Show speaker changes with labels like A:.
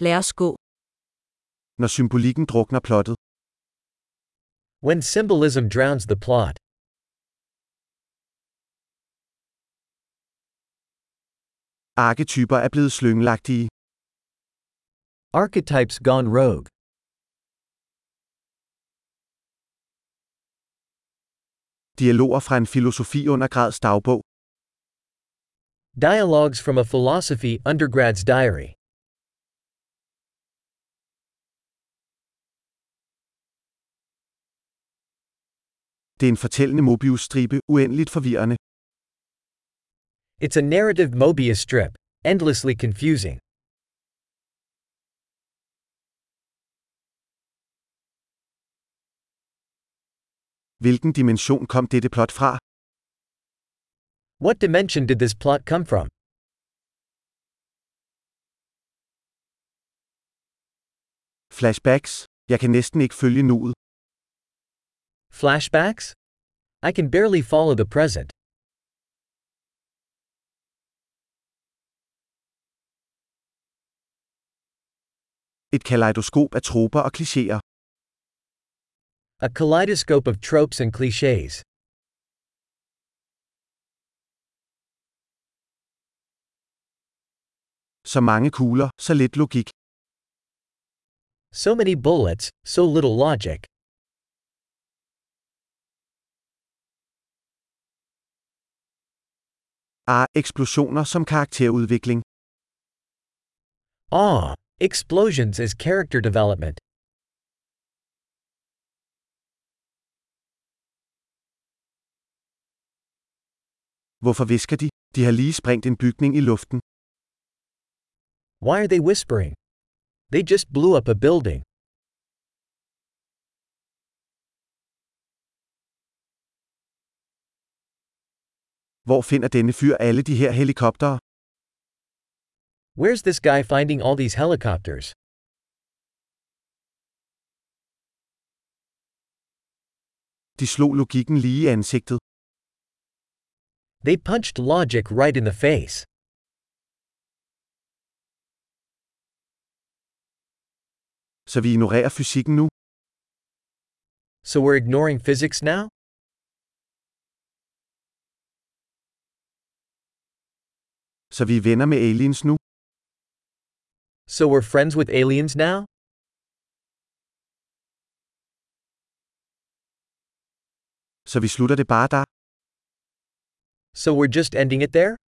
A: Lad os gå.
B: Når symbolikken drukner plottet.
C: When symbolism drowns the plot,
B: Arketyper er blevet slyngelagtige.
C: archetypes gone rogue,
B: Dialoger fra en filosofi under grads dagbog.
C: dialogues from a philosophy undergrad's diary,
B: Det er en fortællende Mobius-stribe, uendeligt forvirrende.
C: it's a narrative Mobius strip, endlessly confusing.
B: Hvilken dimension kom dette plot fra?
C: What dimension did this plot come from?
B: Flashbacks. Jeg kan næsten ikke følge nuet.
C: Flashbacks? I can barely follow the present.
B: Et kaleidoskop af troper og klichéer.
C: A kaleidoscope of tropes and cliches.
B: Så mange kugler, så lidt logik.
C: So many bullets, so little logic.
B: Ah, eksplosioner som karakterudvikling.
C: Ah, explosions as character development.
B: Hvorfor visker de? De har lige sprængt en bygning i luften.
C: Why are they whispering? They just blew up a building.
B: Hvor finder denne fyr alle de her helikoptere?
C: Where's this guy finding all these helicopters?
B: De slog logikken lige i ansigtet.
C: They punched logic right in the face.
B: Så vi ignorerer fysikken nu.
C: So we're ignoring physics now?
B: Så vi er venner med aliens nu.
C: So we're friends with aliens now?
B: Så vi slutter det bare der.
C: So we're just ending it there?